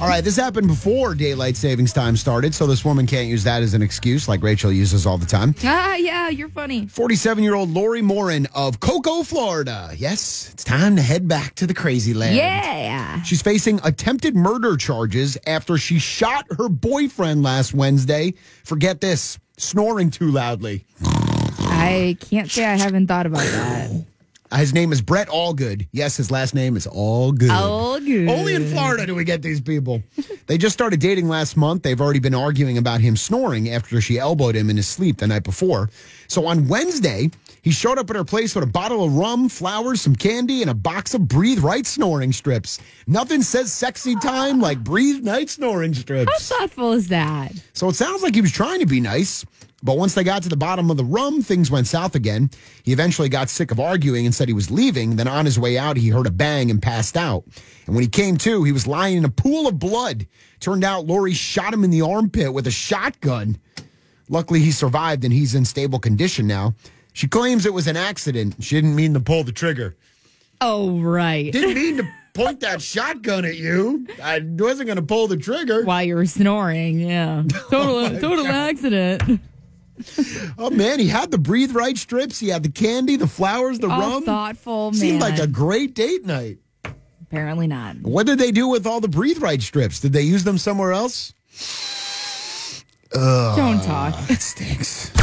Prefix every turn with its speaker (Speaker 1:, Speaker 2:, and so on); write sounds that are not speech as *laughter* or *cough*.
Speaker 1: All right, this happened before daylight savings time started, so this woman can't use that as an excuse like Rachel uses all the time.
Speaker 2: Ah, yeah, you're funny.
Speaker 1: 47 year old Lori Morin of Cocoa, Florida. Yes, it's time to head back to the crazy land.
Speaker 2: Yeah.
Speaker 1: She's facing attempted murder charges after she shot her boyfriend last Wednesday. Forget this snoring too loudly.
Speaker 2: I can't say I haven't thought
Speaker 1: *coughs*
Speaker 2: about that.
Speaker 1: Uh, His name is Brett Allgood. Yes, his last name is Allgood.
Speaker 2: Oh, Allgood.
Speaker 1: Only in Florida do we get these people. they just started dating last month. They've already been arguing about him snoring after she elbowed him in his sleep the night before. So on Wednesday, he showed up at her place with a bottle of rum, flowers, some candy, and a box of Breathe Right snoring strips. Nothing says sexy time like Breathe Night snoring
Speaker 2: How
Speaker 1: strips.
Speaker 2: thoughtful is that?
Speaker 1: So it sounds like he was trying to be nice, but once they got to the bottom of the rum, things went south again. He eventually got sick of arguing and said he was leaving. Then on his way out, he heard a bang and passed out. And when he came to, he was lying in a pool of blood. Turned out Lori shot him in the armpit with a shotgun. Luckily, he survived and he's in stable condition now. She claims it was an accident. She didn't mean to pull the trigger.
Speaker 2: Oh, right.
Speaker 1: Didn't mean to point that shotgun at you. I wasn't going to pull the trigger.
Speaker 2: While you were snoring, yeah.
Speaker 1: *laughs*
Speaker 2: Total, total accident.
Speaker 1: Oh man, he had the breathe right strips. He had the candy, the flowers, the
Speaker 2: All
Speaker 1: rum.
Speaker 2: thoughtful, Oh, man.
Speaker 1: Seemed like a great date night.
Speaker 2: Apparently not.
Speaker 1: What did they do with all the breathe right strips? Did they use them somewhere else?
Speaker 2: Don't talk.
Speaker 1: *laughs* That stinks.